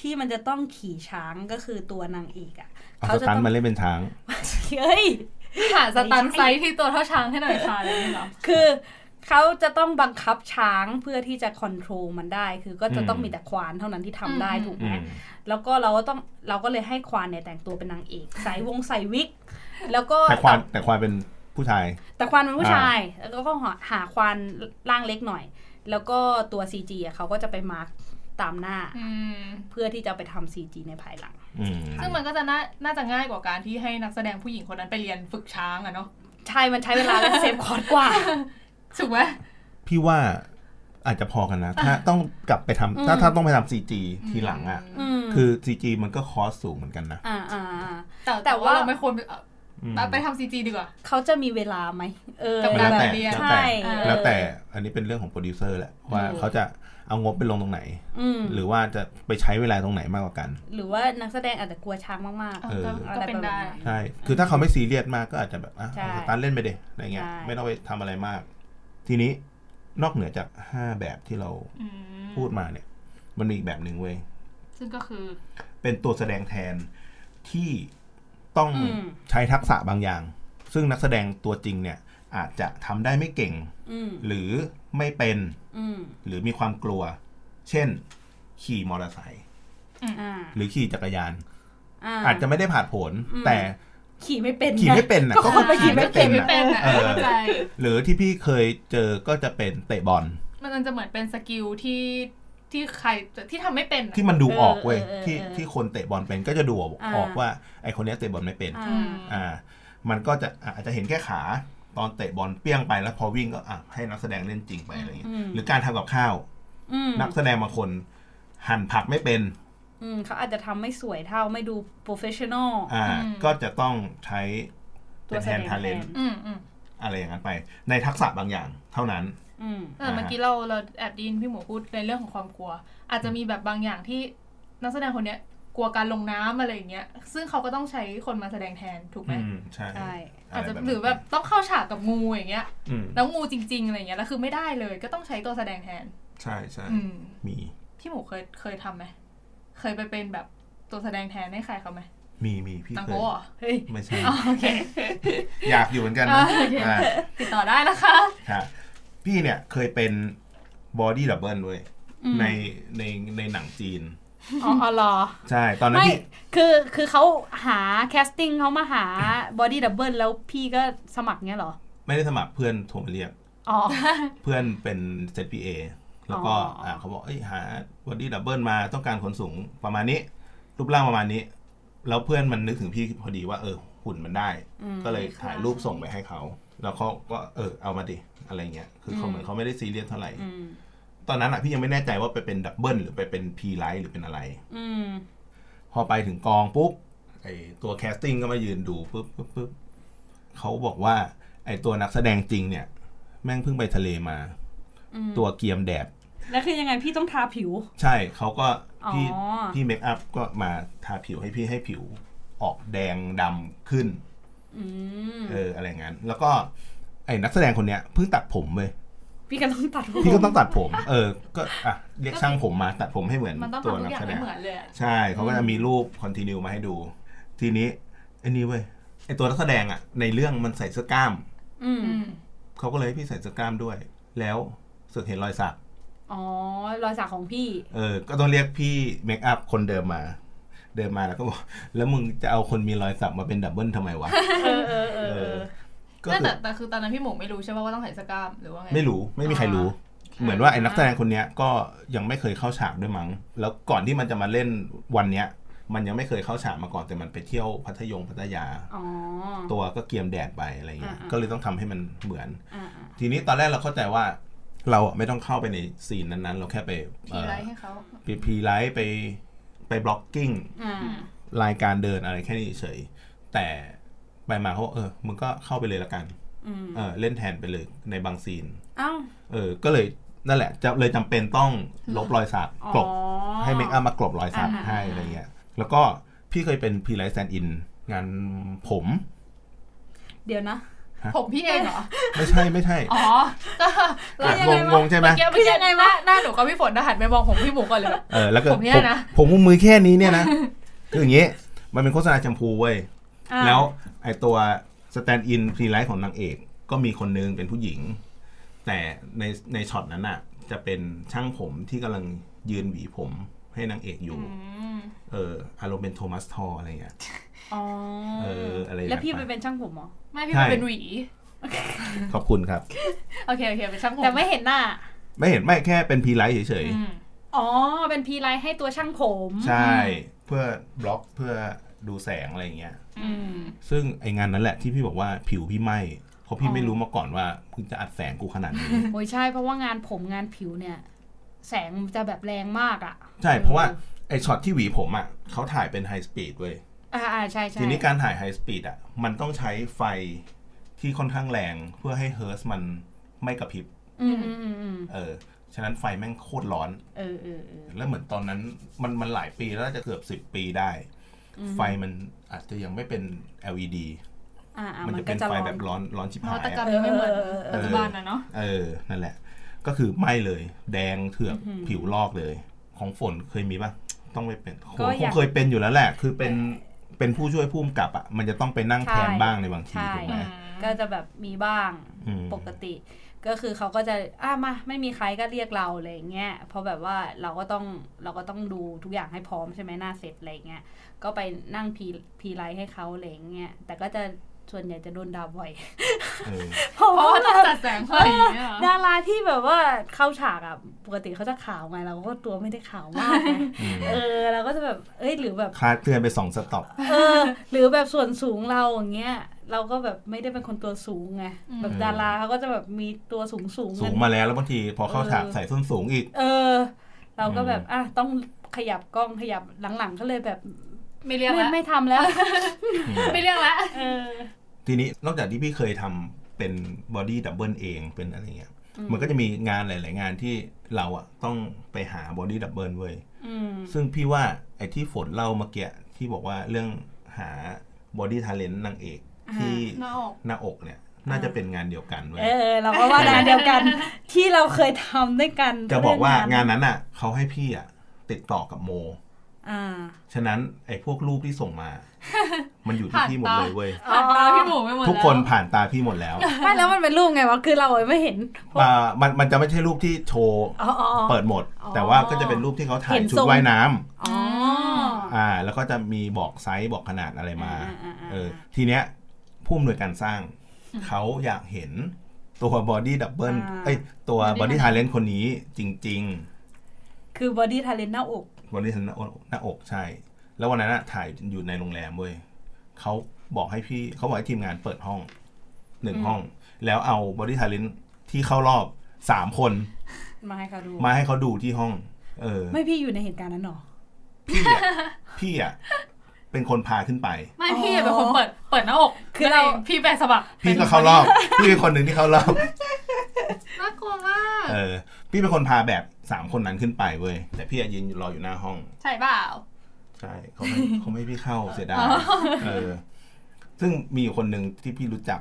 S4: ที่มันจะต้องขี่ช้างก็คือตัวนางเอกอะ <laughs>
S3: เอา
S4: เขา
S3: ส
S4: จะ
S3: ตั
S4: ต้
S3: น
S4: อง
S3: มาเล่นเป็นช้าง
S4: เฮ้ย
S5: หาสตั <laughs> นไซส์ที่ตัวเท่าช้างให้หน่อยค่ะอะไรอย่างเงี้ยเหรอ
S4: คือเขาจะต้องบังคับช้างเพื่อที่จะคอนโทรลมันได้ คือก็จะต้อง
S3: อืม
S4: มีแต่ควานเท่านั้นที่ทำได้
S5: อืม
S4: ถูก
S3: อื
S4: ไหม
S3: ม
S4: แล้วก็เราก็ต้องเราก็เลยให้ควานเนี่ยแต่งตัวเป็นนางเอกใส่วงใส่วิก แล้วก็
S3: แต่ควานแต่ควานเป็นผู้ชาย
S4: แต่ควานเป็นผู้ชาย แล้วก็หาหาควานร่างเล็กหน่อย แล้วก็ตัว CG อะเขาก็จะไปมาร์กตามหน้า
S5: อืม
S4: เพื่อที่จะเอาไปทำ CG ในภายหลัง
S3: อืม
S5: ซึ่งมันก็จะน่าน่าจะง่ายกว่าการที่ให้นักแสดงผู้หญิงคนนั้นไปเรียนฝึกช้างอะเนาะ
S4: ใช่ มันใช้เวล <laughs> าและเซฟคอร์สกว่า
S5: ถูกไหม
S3: พี่ว่าอาจจะพอกันนะ ถ้าต้องกลับไปทำถ้าถ้าต้องไปทำซีจีทีหลังอ่ะ
S4: อืม
S3: คือซีจีมันก็คอสสูงเหมือนกันนะ
S4: อ่าอ่า
S5: แต่
S4: แต่
S5: แต่ว่า
S4: ว่า
S5: เราไม่ควรไป
S3: อืม
S5: ไปทำซีจีดีกว่า
S4: เขาจะมีเวลาไหมเออ
S5: กับ
S3: มัน
S5: การ
S3: แล้วแต่
S5: เรียน
S3: แล้ว
S4: ใช่
S3: แต่
S4: เออ
S3: แล้วแต่อันนี้เป็นเรื่องของโปรดิวเซอร์แหละว่า
S4: อืม
S3: เขาจะเอางบไปลงตรงไหน
S4: อืม
S3: หรือว่าจะไปใช้เวลาตรงไหนมากกว่ากัน
S4: หรือว่านักแสดงอาจจะกลัวช้างมาก
S5: เอ
S3: เออ
S5: อก็เป็นได้
S3: ใช่ คือถ้าเขาไม่ซีเรียสมากก็อาจจะแบบอ่ะ
S4: ใช่
S3: สตาร์ทเล่นไปเดยอะไรเงี้ย
S4: ใช่
S3: ไม่ต้องไปทำอะไรมาก ทีนี้นอกเหนือจากห้าแบบที่เรา
S5: อืม
S3: พูดมาเนี่ย มันมีอีกแบบหนึ่งเว้ย
S5: ซึ่งก็คือ
S3: เป็นตัวแสดงแทนที่ต้อง
S4: อืม
S3: ใช้ทักษะบางอย่าง ซึ่งนักแสดงตัวจริงเนี่ย อาจจะทำได้ไม่เก่ง
S4: ๆ อืม
S3: หรือไม่เป็น
S4: อืม
S3: หรือมีความกลัว เช่น ขี่มอเตอร์ไซค์
S4: อ่า
S3: หรือขี่จักรยาน
S4: อ่า
S3: อาจจะไม่ได้ผ่านผล
S4: อืม
S3: แต่
S4: ขี่ไม่เป็น
S3: ขี่ไม่เป็นนะ
S4: ก็ค
S3: ก็
S4: นไปขี่ไม่เป็น
S5: ไม่
S3: ะ
S5: เป็นอะ
S3: เออ
S5: เข้าใจ
S3: หรือที่พี่เคยเจอก็จะเป็นเตะบอล
S5: มันจะเหมือนเป็นสกิลที่ที่ใครที่ทำไม่เป็นอะ
S3: ที่มันดูออกเว้ยที่ที่คนเตะบอลเป็นก็จะดูออกออกว่าไอคนเนี้ยเตะบอลไม่เป็น
S4: อ่า
S3: อ่า มันก็จะอาจจะเห็นแค่ขาตอนเตะบอลเปี้ยงไปแล้วพอวิ่งก็อ่ะให้นักแสดงเล่นจริงไปอะไรอย่างเงี้ย
S4: อืม
S3: หรือการทำกับข้าว
S4: อืม
S3: นักแสดงบางคน หั่นผักไม่เป็น
S4: อืมเขาอาจจะทำไม่สวยเท่าไม่ดูโปรเฟชชั่นอล
S3: อ่า
S5: อืม
S3: ก็จะต้องใช้
S4: ตัว
S3: เป็น
S4: แส
S3: แท
S4: ดง
S3: นทาเลน
S4: แทน
S5: อืมอืม
S3: อะไรอย่างนั้นไป ในทักษะบางอย่างเท่านั้น
S4: อืม
S5: แต่เมื่อกี้เราเราแอบไดยินพี่หมูพูดในเรื่องของความกลัว อาจจะมีแบบบางอย่างที่นักแสดงคนเนี้ยกลัวการลงน้ำอะไรอย่างเงี้ย ซึ่งเขาก็ต้องใช้คนมาแสดงแทนถูกไหม
S3: อืมใช่
S4: ใช่
S3: ไร
S5: อาจจะ
S3: นั้น
S5: หรือแบบต้องเข้าฉากกับงูอย่างเงี้ย
S3: อืม
S5: แล้วงูจริง ๆอะไรเงี้ยแล้วคือไม่ได้เลยก็ต้องใช้ตัวแสดงแทน
S3: ใช่ใช่
S5: อืม
S3: มี
S5: พี่หมูเคยเคยทำไหมเคยไปเป็นแบบตัวแสดงแทนให้ใครเขาไหม
S3: มีมีพี่
S5: ตัง
S3: เค
S5: โก
S3: ย
S5: เหรอเฮ้ย
S3: ไม่ใช่
S5: อ๋อโอเค
S3: อยากอยู่เหมือนกัน
S5: อ่า
S3: นะ
S5: โอเค
S3: อ่า
S5: ติดต่อได้นะคะ
S3: ฮะพี่เนี่ยเคยเป็นบอดี้ดับเบิลด้วย
S4: อืม
S3: ในในในหนังจีน
S4: อ๋ออ๋อเหรอ
S3: ใช่ ตอนนั้น
S4: ไม่
S3: พี่
S4: คือคือเขาหาแคสติ้งเขามาหาบอดี้ดับเบิลแล้วพี่ก็สมัครเงี้ยเหรอ
S3: ไม่ได้สมัครเพื่อนโทรมาเรียก
S4: อ๋อ
S3: เพื่อนเป็น ZPA แล้วก็
S4: อ๋ออ่
S3: าเขาบอกเอ้ยหาบอดี้ดับเบิลมาต้องการคนสูงประมาณนี้ รูปร่างประมาณนี้ แล้วเพื่อนมันนึกถึงพี่พอดีว่าเออหุ่นมันได้
S4: อืม
S3: ก็เลยถ่ายรูปส่งไปให้เขา แล้วเขาก็เออเอามาดิอะไรเงี้ยคือเขา
S4: อืม
S3: เหมือนเขาไม่ได้ซีเรียสเท่าไหร่
S4: อืม
S3: ตอนนั้นอะพี่ยังไม่แน่ใจว่าไปเป็นดับเบิลหรือไปเป็นพีไลท์หรือเป็นอะไร
S4: อืม
S3: พอไปถึงกองปุ๊บไอตัวแคสติ้งก็มายืนดูปุ๊บปุ๊บปุ๊บเขาบอกว่า ไอตัวนักแสดงจริงเนี่ย แม่งเพิ่งไปทะเลมา
S4: อืม
S3: ตัวเกรียมแดด
S4: แล้วคือยังไงพี่ต้องทาผิว
S3: ใช่เขาก็
S4: อ๋อ
S3: พี่พี่เมคอัพก็มาทาผิวให้พี่ให้ผิวออกแดงดำขึ้น
S4: อืม
S3: เอออะไรอย่างนั้น แล้วก็ไอ้นักแสดงคนเนี้ยเพิ่งตัดผมเลย
S5: <laughs>
S4: พี่ก็ต้องตัดผม
S3: พี่ก็ต้องตัดผม เออ ก็อ่ะเรียกช่างผมมาตัดผมให้เหมือน
S5: มันต้อง
S3: ตัว
S5: ทำทุ
S3: นั
S5: ก
S3: ก
S5: อย่าง
S3: แสด
S5: ให้
S3: ง
S5: เหมือนเลยอะ
S3: ใช่เขาก็จะมีรูปคอนติเนียมาให้ดู ทีนี้ไอ้นี่เว้ยไอ้ตัวนักแสดงอะในเรื่องมันใส่เสื้อกล้าม
S4: อืม
S3: เขาก็เลยให้พี่ใส่เสื้อกล้ามด้วย แล้วเสือกเห็นรอยสัก
S4: อ๋อรอยสักของพี่
S3: เออ ก็ต้องเรียกพี่เมคอัพคนเดิมมา เดินมาแล้วก็บอกแล้วมึงจะเอาคนมีรอยสักมาเป็นดับเบิลทำไมวะ
S4: เออเออเอ
S3: เอ
S4: อเอ
S3: อ
S4: อ
S3: ก็
S5: แต่
S3: คือ
S5: แต่แต่คือตอนนั้นพี่หมูไม่รู้ใช่ป่ะว่าต้องใส่สกล้ามหรือว่าไง
S3: ไม่รู้ไม่มีใครรู้ เหมือนว่าไอ้นักแสดงคนเนี้ยก็ยังไม่เคยเข้าฉากด้วยมั้ง แล้วก่อนที่มันจะมาเล่นวันเนี้ย มันยังไม่เคยเข้าฉากมาก่อนแต่มันไปเที่ยวพัทยงพัทยา
S4: อ๋อ
S3: ตัวก็เกรียมแดดไปอะไรเงี้ย
S4: อ่าๆ
S3: ก็เลยต้องทำให้มันเหมือน
S4: อ่า
S3: ทีนี้ตอนแรกเราเข้าใจว่า เราอะไม่ต้องเข้าไปในซีนนั้นๆ เราแค่ไป
S5: ทีไรให้เขา
S3: พีพีไลท์ไปไปบล็อกกิ้ง
S4: อ่า
S3: รายการเดินอะไรแค่นี้เฉย แต่ไปมาเขาบอกเออ มึงก็เข้าไปเลยละกัน
S4: อืม
S3: เออเล่นแทนไปเลยในบางซีน
S4: เอ้า
S3: เออ ก็เลยนั่นแหละจะเลยจำเป็นต้องลบรอยสัก
S4: อ๋อ
S3: กลบ ให้เมคอัพมากลบรอยสัก
S4: อ่า
S3: ให้อะไรเงี้ย แล้วก็พี่เคยเป็นพีไลท์แซนอินงานผม
S4: เดี๋ยวนะ
S5: ผมพี่เองเหรอ
S3: ไม่ใช่ไม่ใช่
S5: อ๋อก็แล้วยังไง
S3: งงๆใช่ไหม
S5: เอกี้
S4: คือยังไงวะ
S5: หน้าหนูกับพี่ฝนนะหันไปมองผมพี่หมูก่อนเลยแบบ
S3: เออแล้วก็
S5: ผมเนี่ยนะ
S3: ผมผมมือแค่นี้
S5: <laughs>
S3: เนี่ยนะ คืออย่างนี้ มันเป็นโฆษณาแชมพูเว้ย
S4: อ่า
S3: แล้วไอตัวสแตนด์อินพรีไลท์ของนางเอก ก็มีคนนึงเป็นผู้หญิง แต่ในในช็อตนั้นน่ะ จะเป็นช่างผมที่กำลังยืนหวีผมให้นางเอกอยู่ เอออารมณ์เป็นโทมัสทอร์อะไรเงี้ย
S4: อ๋อ
S3: เอออะไรอย่างนั้น
S4: แล้วพี่ไปเป็นช่างผมเหรอ
S5: ไม่พี่
S3: ใช่
S5: มันเป็นหวี
S3: ขอบคุณครับ
S5: โอเคโอเคเป็นช่างผม
S4: แต่ไม่เห็นหน้า
S3: ไม่เห็นไม่แค่เป็นพรีไลท์เฉย
S5: อืม
S4: อ๋อ เป็นพีไลท์ให้ตัวช่างผม
S3: ๆ ใช่เพื่อบล็อกเพื่อดูแสงอะไรเงี้ย
S5: อืม
S3: ซึ่งไองานนั้นแหละที่พี่บอกว่าผิวพี่ไหมเพราะพี่ไม่รู้มาก่อนว่ามึงจะอัดแสงกูขนาดนี้
S4: โอ้ยใช่เพราะว่างานผมงานผิวเนี่ย แสงมันจะแบบแรงมากอะ่ะ
S3: ใช่ เพราะว่า ไอช็อตที่หวีผมอ่ะเขาถ่ายเป็นไฮสปีดเว้ย
S4: อ่าอ่าใช่ใช่
S3: ทีนี้การถ่ายไฮสปีดอ่ะมันต้องใช้ไฟที่ค่อนข้างแรงเพื่อให้เฮิร์สมันไม่กระพริบ
S4: อืมอืมอืมอืม
S3: เออฉะนั้นไฟแม่งโคตรร้อน
S4: เออเออเออ
S3: แล้วเหมือนตอนนั้นมันมันหลายปีแล้วน่าจะเกือบสิบปีได้ ไฟมันอาจจะยังไม่เป็น LED
S4: อ่าอ่า
S3: มัน
S4: มั
S3: จะ
S4: น
S3: เป็
S4: ก็
S3: น
S4: จะ
S3: ไฟ
S4: ร้อน
S3: แบบร้อนร้อนชิบ
S5: น
S3: หา
S5: วั
S3: ย
S5: ตกรร
S3: อะ
S5: มยังไม่เหมือนปัจจุบันนะเนาะ
S3: เออ นั่นแหละ ก็คือไหม้เลย แดงเถือกผิวลอกเลย ของฝนเคยมีปะต้องไปเป็นคงคงเคยเป็นอยู่แล้วแหละ คือเป็นเป็นผู้ช่วยผู้กำกับอ่ะมันจะต้องไปนั่งแทนบ้างในบางทีถูกไหม
S4: ก็จะแบบมีบ้าง
S3: อืม
S4: ปกติ ก็คือเขาก็จะอ่ามาไม่มีใครก็เรียกเราอะไรอย่างเงี้ยเพราะแบบว่าเราก็ต้องเราก็ต้องดูทุกอย่างให้พร้อมใช่ไหมหน้าเสร็จอะไรอย่างเงี้ยก็ไปนั่งพีพีไลท์ให้เขาอะไรอย่างเงี้ยแต่ก็จะส่วนใหญ่จะโดนด่าบ่อย <laughs>
S3: เออ
S5: เพราะว่าต้องจัดแสงไฟอย่างเงี้ยเหรอ
S4: ดาราที่แบบว่าเข้าฉากอ่ะปกติเขาจะขาวไงเราก็ตัวไม่ได้ขาวมากไง
S3: อืม
S4: เออเราก็จะแบบเอ้ยหรือแบบ
S3: คลาดเคลื่อนไปสองสต็อป
S4: เออ หรือแบบส่วนสูงเราอย่างเงี้ย เราก็แบบไม่ได้เป็นคนตัวสูงไงแบบ
S3: อืม
S4: ดาราเขาก็จะแบบมีตัวสูงสูง
S3: สูงมาแล้วแล้วบางทีพอเข้าฉากใส่ส้นสูงอีก
S4: เออ เราก็แบบ
S3: อืม
S4: อ่ะต้องขยับกล้องขยับหลังๆก็เลยแบบ
S5: ไม่เรียก
S4: ไม่
S5: แล้ว
S4: ไม่ทำแล้ว
S3: อืม
S5: ไม่เรียกแล้ว
S4: เออ
S3: ทีนี้นอกจากที่พี่เคยทำเป็นบอดี้ดับเบิลเองเป็นอะไรเงี้ย
S4: อืม
S3: มันก็จะมีงานหลาย ๆ งานที่เราอะต้องไปหาบอดี้ดับเบิลเว้ย
S4: อืม
S3: ซึ่งพี่ว่าไอ้ที่ฝนเล่าเมื่อกี้ที่บอกว่าเรื่องหาบอดี้ท l เลนต์นางเอกที่
S5: หน้าอก
S3: หน้าอกเนี่ย น่าจะเป็นงานเดียวกันเว้ย
S4: เออ เราก็ว่างานเดียวกัน ที่เราเคยทำด้วยกัน
S3: จะบอกว่า
S4: เรื่
S3: งานนั้นอะเขาให้พี่อะติดต่อกับโม
S4: อ่า
S3: ฉะนั้นไอ้พวกรูปที่ส่งมา มันอยู่ที่พี่หมดเลยเว้ย
S5: ผ่านตาพี่หมูไปหมดแล้ว
S3: ทุกคนผ่านตาพี่หมดแล้ว
S4: ไม่แล้วมันเป็นรูปไงวะ คือเราไม่เห็นเพราะ
S3: อ่ามันมันจะไม่ใช่รูปที่โชว์
S4: อ๋ออ๋อ
S3: เปิดหมด
S4: อ๋อ
S3: แต่ว่าก็จะเป็นรูปที่เขาถ่า
S4: เห็
S3: ย
S4: น
S3: ชุด
S4: ทรง
S3: ว่ายน้ำ
S4: อ๋อ
S3: อ่า แล้วก็จะมีบอกไซส์บอกขนาดอะไรมา
S4: อ่าอ่าอ่า
S3: เออ ทีเนี้ยผู้อำนวยการสร้าง เขาอยากเห็นตัวบอดี้ดับเบิลเอ้ย ตัวบอดี้ท l เลนต์คนนี้จริง
S4: คือบอดี้ทาเลนหน้าอก
S3: ๆ บอดี้ท l เลนต์หน้าอกใช่ แล้ววันนั้นอะถ่ายอยู่ในโรงแรมเว้ยเขาบอกให้พี่เขาบอกให้ทีมงานเปิดห้องหนึ่งห้อง แล้วเอาบอดี้ท l เลนต์ที่เข้ารอบสามคน
S4: มาให้เขาดู
S3: มาให้เขาดูที่ห้อง เออ
S4: ไม่พี่อยู่ในเหตุการณ์นั้นหรอ
S3: พี่อ่ะ พี่อ่ะ เป็นคนพาขึ้นไป
S5: ไม่พี่เป็นคนเปิดเปิดหน้าอก
S4: คือเรา
S5: นั่นงพี่แปลสะบัก
S3: พี่ก็เข้ารอบ พี่เป็นคนหนึ่งที่เข้ารอบ
S5: น่ากลัวมาก
S3: เออ พี่เป็นคนพาแบบสามคนนั้นขึ้นไปเว้ย แต่พี่อะยืนรออยู่หน้าห้อง
S5: ใช่เปล่า
S3: ใช่เขาไม่ เขาไม่ให้พี่เข้าเสียดาย เออ ซึ่งมีอยู่คนหนึ่งที่พี่รู้จัก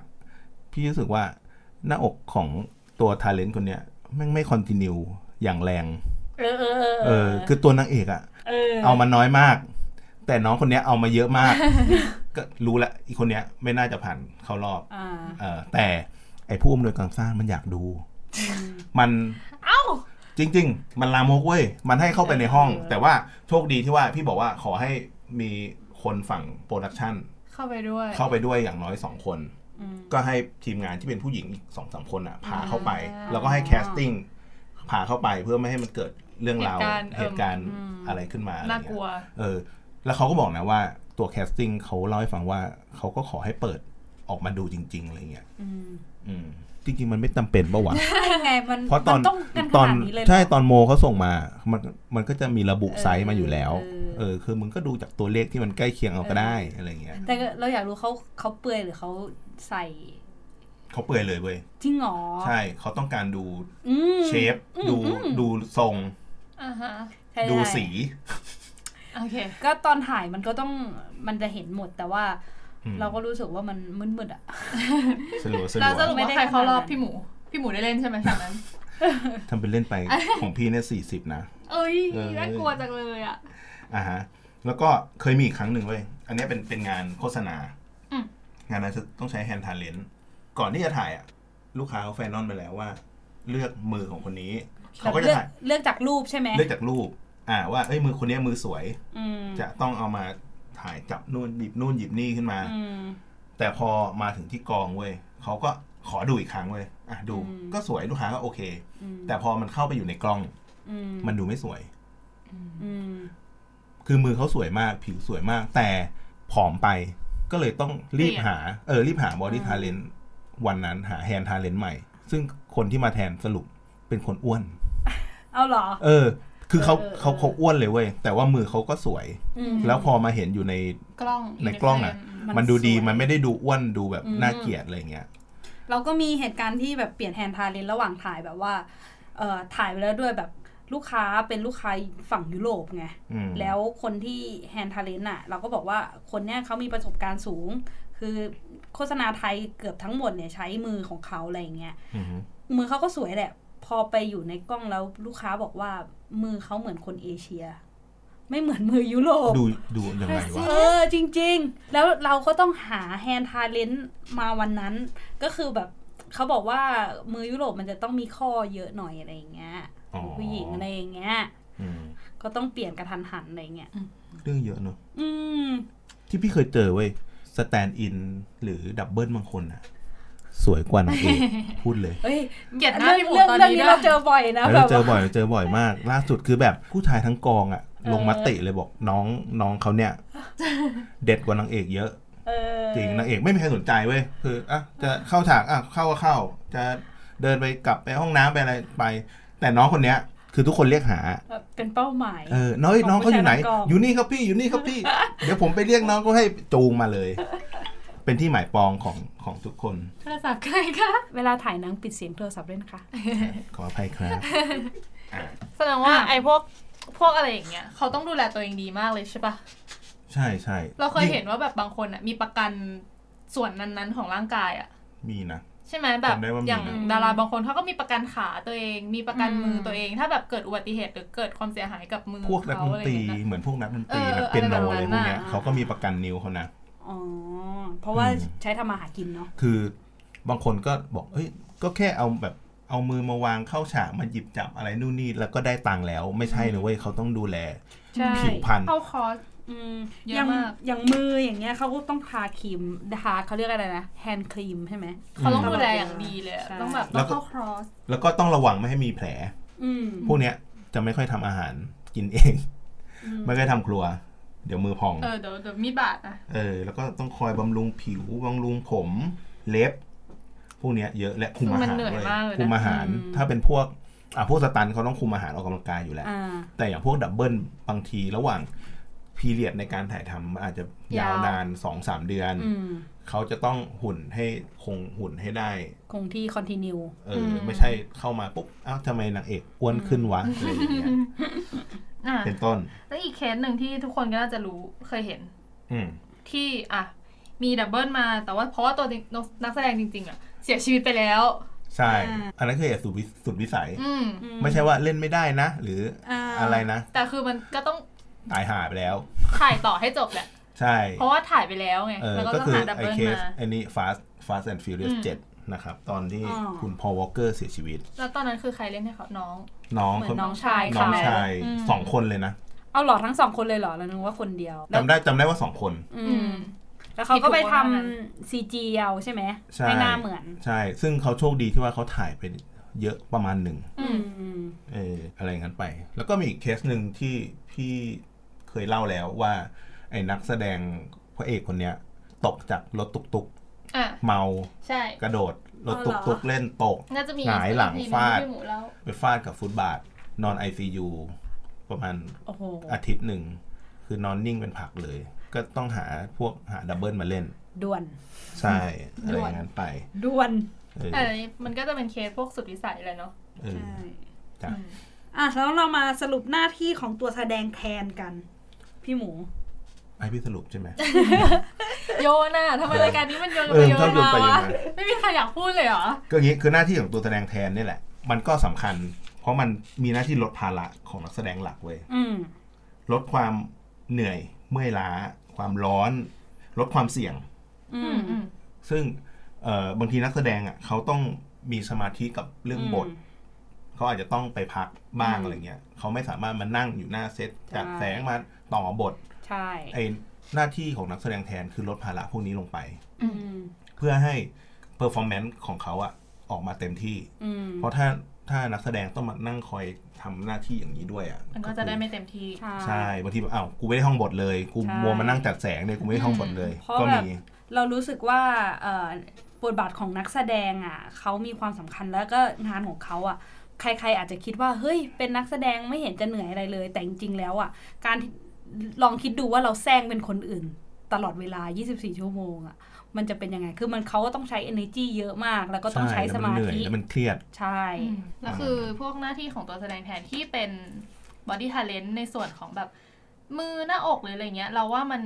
S3: พี่รู้สึกว่าหน้าอกของตัวทาเลนต์คนเนี้ยแม่งไม่คอนติเนียอย่างแรง
S4: เออเออ
S3: เออ คือตัวนางเอกอ่ะ
S4: เออ
S3: เอามาน้อยมาก แต่น้องคนเนี้ยเอามาเยอะมาก ก็รู้ละอีกคนเนี้ยไม่น่าจะผ่านเข้ารอบ
S4: อ่า
S3: เออแต่ไอ้ผู้อำนวยการสร้างมันอยากดู มัน
S5: เอ้า
S3: จริง ๆ มันลามกเว้ย มันให้เข้าไปในห้อง แต่ว่าโชคดีที่ว่าพี่บอกว่าขอให้มีคนฝั่งโปรดักชัน
S5: เข้าไปด้วย
S3: เข้าไปด้วยอย่างน้อยสองคน
S4: อืม
S3: ก็ให้ทีมงานที่เป็นผู้หญิงอีกสองสามคนอ่ะพาเข้าไป แล้วก็ให้แคสติ้งพาเข้าไปเพื่อไม่ให้มันเกิดเรื่องราว
S5: เหตุการณ์
S3: เหตุการณ์อะไรขึ้นมาอะไร
S5: น่า
S3: เงี้ย
S5: กลัว
S3: เออแล้วเขาก็บอกนะว่าตัวแคสติ้งเขาเล่าให้ฟังว่าเขาก็ขอให้เปิดออกมาดูจริง ๆ อะไรเงี้ย
S4: อืม
S3: อืมจริง ๆ มันไม่จำเป็นปะ
S4: <laughs>
S3: วะ
S4: ใช่ไงมัน
S3: เพราะตอน
S4: มันต้องกันข
S3: ตอน
S4: นาดนี้เลยเหรอ
S3: ใช่ตอนโมเขาส่งมา มันมันก็จะมีระบุไซส์มาอยู่แล้ว
S4: เออ
S3: เออ คือมึงก็ดูจากตัวเลขที่มันใกล้เคียงเอาก็ได้อะไรเงี้ย
S4: แต่เราอยากรู้เขาเขาเปลือยหรือเขาใส่
S3: เขาเปื่อยเลยเว้ย
S4: จริงเหรอ
S3: ใช่เขาต้องการดู
S4: อืม
S3: เชฟดูดูทรง
S5: อ่าฮะ
S4: ใช่
S3: ดู
S4: ใช่
S3: สี
S5: โอเค
S4: ก็ตอนถ่ายมันก็ต้องมันจะเห็นหมดแต่ว่า
S3: อืม
S4: เราก็รู้สึกว่ามันมืดๆอ่ะ
S3: สลัวสลั
S5: เรา
S3: ว
S5: สรุปว่าใครเข้ารอบพี่หมู พี่หมูได้เล่นใช่ไหมฉากนั้น
S3: ทำเป็นเล่นไปของพี่เนี่ยสี่สิบนะ
S5: เอ้ย
S3: เออ
S5: น่ากลัวจังเลยอ่ะ
S3: อ่าฮะแล้วก็เคยมีอีกครั้งหนึ่งเว้ย อันเนี้ยเป็นเป็นงานโฆษณา
S5: อืม
S3: งานนั้นจะต้องใช้แฮนด์ทาเลนต์ก่อนที่จะถ่ายอ่ะ ลูกค้าเขาแฟนนอนไปแล้วว่า เลือกมือของคนนี้ เขาก็จะ
S4: เลือก
S3: ถ่าย
S4: เลือกจากรูปใช่ไหม
S3: เลือกจากรูป อ่า ว่าเอ้ยมือคนเนี้ยมือสวย
S4: อืม
S3: จะต้องเอามาถ่ายจับนู่นหยิบนู่นหยิบนี่ขึ้นมา
S4: อืม
S3: แต่พอมาถึงที่กองเว้ยเขาก็ขอดูอีกครั้งเว้ยอ่ะดู
S4: อืม
S3: ก็สวยลูกค้าก็โอเค
S4: อืม
S3: แต่พอมันเข้าไปอยู่ในกล้อง
S4: อืม
S3: มันดูไม่สวย
S4: อืม
S3: คือมือเขาสวยมากผิวสวยมาก แต่ผอมไปก็เลยต้องรีบหา เออ รีบหาบอดี้
S4: อ่า
S3: ท l เลนวันนั้นหาแฮน d t ท l เลนใหม่ ซึ่งคนที่มาแทนสรุปเป็นคนอ้วน
S4: เอาเหรอ
S3: เออ คือเขา
S5: เออเออ
S3: เขาเขาอ้วนเลยเว้ย แต่ว่ามือเขาก็สวย
S4: อืม
S3: แล้วพอมาเห็นอยู่ใน
S5: กล้อง
S3: ในกล้องอะ
S5: ม
S4: มัน
S3: มันดูดี
S4: สวย
S3: มันไม่ได้ดูอ้วนดูแบบ
S4: อืม
S3: น่าเกลียดอะไรเงี้ย
S4: เราก็มีเหตุการณ์ที่แบบเปลี่ยนแฮนด์ทาเลนระหว่างถ่ายแบบว่าเอ่อถ่ายไปแล้วด้วยแบบลูกค้าเป็นลูกค้าฝั่งยุโรปไง
S3: อืม
S4: แล้วคนที่แฮนด์ทาเลนต์อ่ะ เราก็บอกว่าคนเนี้ยเขามีประสบการณ์สูง คือโฆษณาไทยเกือบทั้งหมดเนี่ยใช้มือของเขาอะไรอย่างเงี้ย
S3: อืม
S4: มือเขาก็สวยแหละ พอไปอยู่ในกล้องแล้วลูกค้าบอกว่ามือเขาเหมือนคนเอเชีย ไม่เหมือนมือยุโรป
S3: ดูดูยังไงวะ
S4: เออจริงๆ แล้วเราก็ต้องหาแฮนด์ทาเลนต์มาวันนั้น ก็คือแบบเขาบอกว่ามือยุโรปมันจะต้องมีข้อเยอะหน่อยอะไรอย่างเงี้ย
S3: อ๋อ
S4: ผู้หญิงอะไรอย่างเงี้ย
S3: อืม
S4: ก็ต้องเปลี่ยนกระทันหันอะไรเงี้ย
S3: เรื่องเยอะเนอะ
S4: อืม
S3: ที่พี่เคยเจอเว้ยสแตนด์อินหรือดับเบิลบางคนอะสวยกว่านางเอก
S4: <laughs>
S3: พูดเลย
S4: เฮ้ย
S5: เกลียดหน้า
S4: เรื่อง
S5: พี่หมู
S4: เรื่อง
S5: ตอน
S4: เรื่อง
S5: นี้
S4: นี้
S5: นะ
S4: เราเจอบ่อยนะแบ
S3: เรา
S4: บ
S3: เจอ
S4: ว่า
S3: บ่อยเราเจอบ่อยมาก ล่าสุดคือแบบผู้ชายทั้งกองอะลงมติเลยบอกน้องน้องเขาเนี่ย เด็ดกว่านางเอกเยอะ
S4: เออ
S3: จริงนางเอกไม่มีใครสนใจเว้ยคืออ่ะจะเข้าฉากอ่ะเข้าก็เข้า จะเดินไปกลับไปห้องน้ำไปอะไรไป แต่น้องคนเนี้ย คือทุกคนเรียกหา
S4: แบบเป็นเป้าหมาย
S3: เออน้อยน้องเขาอยู่ไหน
S4: ของผู้ชายทั้งกอง
S3: อยู่นี่ครับพี่อยู่นี่ครับพี่ เดี๋ยวผมไปเรียกน้องก็ให้จูงมาเลย เป็นที่หมายปองของของทุกคน
S5: โทรศัพท์ใครคะ
S4: เวลาถ่ายหนังปิดเสียงโทรศัพท์ด้วยนะคะ
S3: ขออภัยครับ
S5: แสดงว่า
S4: อ่ะ
S5: ไอ้พวกพวกอะไรอย่างเงี้ยเขาต้องดูแลตัวเองดีมากเลยใช่ปะ
S3: ใช่ใช่
S5: เราเคยเห็นว่าแบบบางคนอ่ะมีประกันส่วนนั้นๆของร่างกายอ่ะ
S3: มีนะ
S5: ใช่ไหมแบบ
S3: จำได้ว่ามี
S5: อย่าง
S3: นะ
S5: ดาราบางคนเขาก็มีประกันขาตัวเอง มีประกัน
S4: อืม
S5: มือตัวเอง ถ้าแบบเกิดอุบัติเหตุหรือเกิดความเสียหายกับมือ
S3: พวกนัก
S5: เขา
S3: ดน
S5: อะไร
S3: ตรี
S5: อย่างเงี้ย
S3: เหมือนพวกนักดนตรี
S5: เออ
S3: นักเปียโน
S5: อะ
S3: อะไรไร
S5: แบบ
S3: พ
S5: นั้
S3: วก
S5: น
S3: เนี้ย
S5: น่ะ
S3: เขาก็มีประกันนิ้วเขานะ
S4: อ๋อ เพราะว่า
S3: อืม
S4: ใช้ทำมาหากินเนาะ
S3: คือบางคนก็บอกเอ้ย ก็แค่เอาแบบเอามือมาวางเข้าฉากมาหยิบจับอะไรนู่นนี่แล้วก็ได้ตังค์แล้วไม่ใช่นะเว้ยเขาต้องดูแล
S4: ใช่
S3: ผิวพรรณ
S5: เข้าคอร์ส
S4: อืม
S5: เย
S4: อย่า
S5: อะ
S4: ง
S5: มาก
S4: อย่างมืออย่างเงี้ยเขาก็ต้องทาครีมทาเขาเรียกอะไรนะแฮนด์ครีมใช่ไหม
S5: เขาต้อง
S3: อืม
S5: ดูแลอย่างดีเลยอะ
S4: ใช่
S5: ต้องแบบต้องเข้าคอร์ส
S3: แล้วก็ต้องระวังไม่ให้มีแผล
S4: อืม
S3: พวกเนี้ยจะไม่ค่อยทำอาหารกินเอง
S4: อืม
S3: ไม่ค่อยทำครัว เดี๋ยวมือพอง
S5: เออเดี๋ยวเดี๋ยวมีบาดนะ
S3: เออ แล้วก็ต้องคอยบำรุงผิวบำรุงผมเล็บ พวกเนี้ยเยอะและคุมอา
S5: มัน
S3: หาร
S5: เหนื่อย
S3: ด้วย
S5: มากเลย
S3: คุม
S5: นะ
S3: อาหาร
S4: อืม
S3: ถ้าเป็นพวกอ่ะพวกสตันเขาต้องคุมอาหารออกกำลังกายอยู่แล้ว
S4: อ่า
S3: แต่อย่างพวกดับเบิลบางทีระหว่างพีเรียดในการถ่ายทำมันอาจจะยาวนานสองสามเดือน
S4: อืม
S3: เขาจะต้องหุ่นให้คงหุ่นให้ได้
S4: คงที่คอนติเนีย
S3: เอออไม่ใช่เข้ามาปุ๊บอ้าวทำไมนางเอกอ้วนขึ้นวะอะไรอย่างเงี้ย
S5: อ่ะ
S3: เป็นต้น
S5: แล้วอีกเคสหนึ่งที่ทุกคนก็น่าจะรู้เคยเห็น
S3: อืม
S5: ที่อ่ะมีดับเบิลมาแต่ว่าเพราะว่าตัวจริงนักแสดงจริง ๆอ่ะเสียชีวิตไปแล้ว
S3: ใช่ อันนั้นคือเหตุสุดวิสุดวิสัย
S5: อืม
S3: ไม่ใช่ว่าเล่นไม่ได้นะ หรืออา อะไรนะ
S5: แต่คือมันก็ต้อง
S3: ตายหาไปแล้ว
S5: ถ่ายต่อให้จบแหละ
S3: ใช่
S5: เพราะว่าถ่ายไปแล้วไง
S3: เออ
S5: แล้วก็
S3: ก็
S5: ต้อง
S3: คือ
S5: หาดับ
S3: ไอ
S5: เบิล
S3: เคส
S5: มา
S3: อันนี้ Fast Fast and Furious
S5: อืม
S3: 7 นะครับ ตอนที่
S4: อ๋อ
S3: คุณพอวอลเกอร์เสียชีวิต
S5: แล้วตอนนั้นคือใครเล่นให้เขาน้อง
S3: น้อง
S4: เหมือ
S3: เขา
S4: น
S3: น้
S4: น้
S3: อ
S4: องชาย
S5: น้
S4: เขา
S3: งชาย
S5: อืม
S3: สองคนเลยนะ
S4: เอาเหรอทั้งสองคนเลยเหรอแล้วนึกว่าคนเดียว
S3: จำได้จำได้ว่าสองคน
S4: อืม แล้วเขาก็ไปทำซีจีเอาใช่ไหม
S3: ใช่
S4: ห้หน้าเหมือน
S3: ใช่ ซึ่งเขาโชคดีที่ว่าเขาถ่ายไปเยอะประมาณหนึ่ง
S5: อืม
S4: อืม
S3: เอออะไรอย่างนั้นไป แล้วก็มีอีกเคสหนึ่งที่พี่เคยเล่าแล้วว่า ไอ้นักแสดงพระเอกคนเนี้ย ตกจากรถตุกตุก
S5: อ่ะ
S3: ๆเมา
S5: ใช่
S3: กระโดด รถ
S4: อ๋อเหร
S3: ตุ
S4: อ
S3: กตุกๆเล่นตก
S5: น่าจะมี
S3: หงายหลัง
S5: อีก
S3: ฟาด
S5: ที่หมูเล่า
S3: ไปฟาดกับฟุตบาท นอน ICU ประมาณ
S4: โอ้โห
S3: อาทิตย์หนึ่ง คือนอนนิ่งเป็นผักเลย ก็ต้องหาพวกหาดับเบิลมาเล่น
S4: ด่วน
S3: ใช่อะไรอย่างนั้นไป
S4: ด่วน
S3: เออ
S5: เออมันก็จะเป็นเคสพวกสุดวิสัยเลยเนาะ
S3: เออ
S4: ใช่
S3: จ้ะ
S4: อ่ะแล้วเรามาสรุปหน้าที่ของตัวแสดงแทนกัน พี่หมู
S3: ให้พี่สรุปใช่ไหม
S5: โยนอ่ะทำไมรายการนี้มันโยน
S3: เออ
S5: โย
S3: ชอบ
S5: น
S3: โยน
S5: มา
S3: ไปโยน
S5: วะ
S3: มา
S5: ไม่มีใครอยากพูดเลยเหรอ
S3: ก็อย่างนี้คือหน้าที่ของตัวแสดงแทนนี่แหละ มันก็สำคัญ เพราะมันมีหน้าที่ลดภาระของนักแสดงหลักเว้ย
S4: อืม
S3: ลดความเหนื่อยเมื่อยล้า ความร้อน ลดความเสี่ยง
S4: อื
S5: อื
S4: ม
S5: มอืม
S3: ซึ่งเอ่อบางทีนักแสดงอ่ะเขาต้องมีสมาธิกับเรื่องบท เขาอาจจะต้องไปพักบ้าง
S4: อืม
S3: อะไรเงี้ยเขาไม่สามารถมานั่งอยู่หน้าเซตจัด
S4: ใช่
S3: แสงมาต่อบท
S4: ใช่
S3: ไอ้หน้าที่ของนักแสดงแทนคือลดภาระพวกนี้ลงไป
S4: อืม
S3: เพื่อให้เ e อร์ฟอร์แมนซ์ของเขาอ่ะออกมาเต็มที่
S4: อืม
S3: เพราะถ้าถ้านักแสดงต้องมานั่งคอยทำหน้าที่อย่างนี้ด้วยอ่ะ
S5: มันก็จะได้ไม่เต็มที่
S3: ใช่บางทีแบบอ้าวกูไม่ได้ห้องบทเลยกู
S4: ใช่
S3: มัวมานั่งจัดแสงเนี่ยกูไม่ได้ห้องบทเลย
S4: เพราะ
S3: ก็
S4: แบบ
S3: มี
S4: เรารู้สึกว่าเอ่อบทบาทของนักแสดงอ่ะเขามีความสำคัญแล้วก็งานของเขาอ่ะ ใคร ๆ อาจจะคิดว่าเฮ้ยเป็นนักแสดงไม่เห็นจะเหนื่อยอะไรเลย แต่จริงๆแล้วอ่ะ การที่ลองคิดดูว่าเราแซงเป็นคนอื่น ตลอดเวลา 24 ชั่วโมงอ่ะมันจะเป็นยังไง คือมันเขาก็ต้องใช้ energy เยอะมาก แล้วก็ต้องใช้ส
S3: แล้ว
S4: มา
S3: เหนื่อย
S4: ธิ
S3: แล้วมันเครียด
S4: ใช่
S5: แล้วคือพวกหน้าที่ของตัวแสดงแทนที่เป็นบอดี้ท l เลน t ในส่วนของแบบมือหน้าอกหรืออะไรเงี้ย เราว่ามัน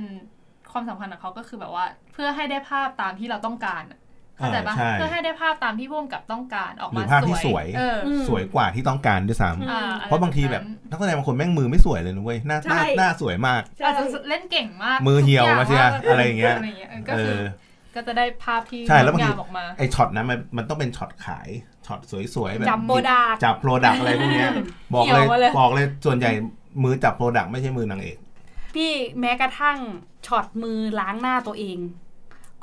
S5: ความสำคัญของเขาก็คือแบบว่า เพื่อให้ได้ภาพตามที่เราต้องการอะเข้าใจปะ
S3: อ่าใช่
S5: เพื่อให้ได้ภาพตามที่พ่วงกับต้องการออก
S3: หรื
S5: มา
S3: อภาพที่สวย
S5: เออ
S4: ม
S3: สวยกว่าที่ต้องการด้วยซ้
S5: ออ่
S3: ำเพราะบางทีแบบนักแสดงบางคนแม่งมือไม่สวยเลยนะเว้ยหน้าหน้า
S4: ใช่
S3: หน้าสวยมาก
S5: อาจจะเล่นเก่งมาก
S3: มือเหี่ยว
S5: ทุก
S3: มาเชียร์
S5: ว่
S3: อะไรอย่างเงี้ย
S5: เออก็
S3: เอ
S5: คือ
S3: อ
S5: ก็จะได้ภาพที่
S3: ใช่แล้วบางที
S5: งดมออกมา
S3: ไอช็อตนั้นมันมันต้องเป็นช็อตขายช็อตสวยๆแบบ
S4: จับโบดาก
S3: จับโปรดักอะไรพวกเนี้ยบอกเลย
S5: เกี่ยวมาเลย
S3: บอกเลยส่วนใหญ่มือจับโปรดักไม่ใช่มือนางเอก
S4: พี่แม้กระทั่งช็อตมือล้างหน้าตัวเอง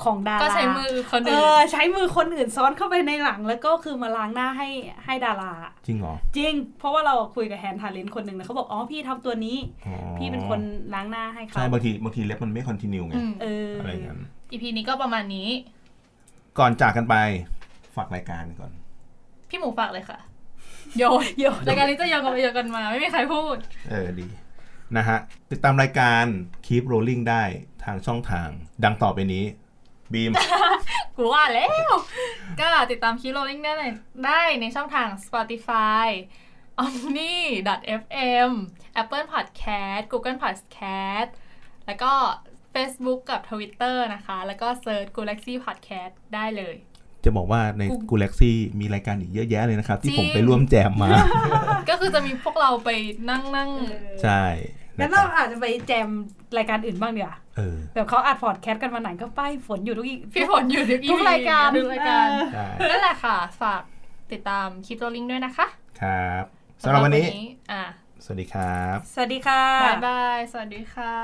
S4: ของดารา
S5: ก็ใช้มือคน
S4: เอ
S5: อื่
S4: อน ใช้มือคนอื่นซ้อนเข้าไปในหลัง แล้วก็คือมาล้างหน้าให้ให้ดารา
S3: จริงเหรอ
S4: จริง เพราะว่าเราคุยกับแฮนทาเลนคนหนึ่งนะเขาบอกอ๋อพี่ทำตัวนี้
S3: อ๋อ
S4: พี่เป็นคนล้างหน้าให้เขา
S3: ใช่บางทีบางทีเล็บมันไม่คอนติเนียไง
S5: อืม
S4: เอออ
S3: อะไรอย่างนั้น
S5: อีพีนี้ก็ประมาณนี้
S3: ก่อนจากกันไปฝากรายการก่อน
S5: พี่หมูฝากเลยค่ะ โยนโยนรายการนี้จะโยนกันไปโยนกันมา ไม่มีใครพูด
S3: เออดีนะฮะ ติดตามรายการ Keep Rolling ได้ทางช่องทาง ดังต่อไปนี้บีม
S5: กูว่าแล้ว ก็ติดตามคิวโรลลิงได้ในได้ในช่องทาง Spotify omni fm Apple Podcast Google Podcast แล้วก็ Facebook กับ Twitter นะคะ แล้วก็ Search Galaxy Podcast ได้เลย
S3: จะบอกว่าใน
S5: กู
S3: g a l a x y มีรายการอีกเยอะแยะเลยนะครับ ที่ผมไปร่วมแจม <laughs> มา
S5: ก็คือจะมีพวกเราไปนั่งนั่ง
S3: ใช่
S4: งั้น
S3: นะ
S4: เรา
S3: ครับ
S4: อาจจะไปแจมรายการอื่นบ้างเดี๋ยวา
S3: เออ
S4: แบบเขาอัดพอดแคสต์กันมาไหนก็ป้ายฝนอยู่ทุกอีก
S5: พี่ฝนอยู่ทุก
S4: ทุก
S5: EP
S4: รายการ
S5: ทุกรายการ
S3: ใช่
S5: นั่นแหละค่ะ ฝากติดตามคิวโรลลิงด้วยนะคะ
S3: ครับสำหรับวันนี้
S5: อ่ะ
S3: สวัสดีครับ
S4: สวัสดีค่ะ
S5: บายบาย สวัสดีค่ะ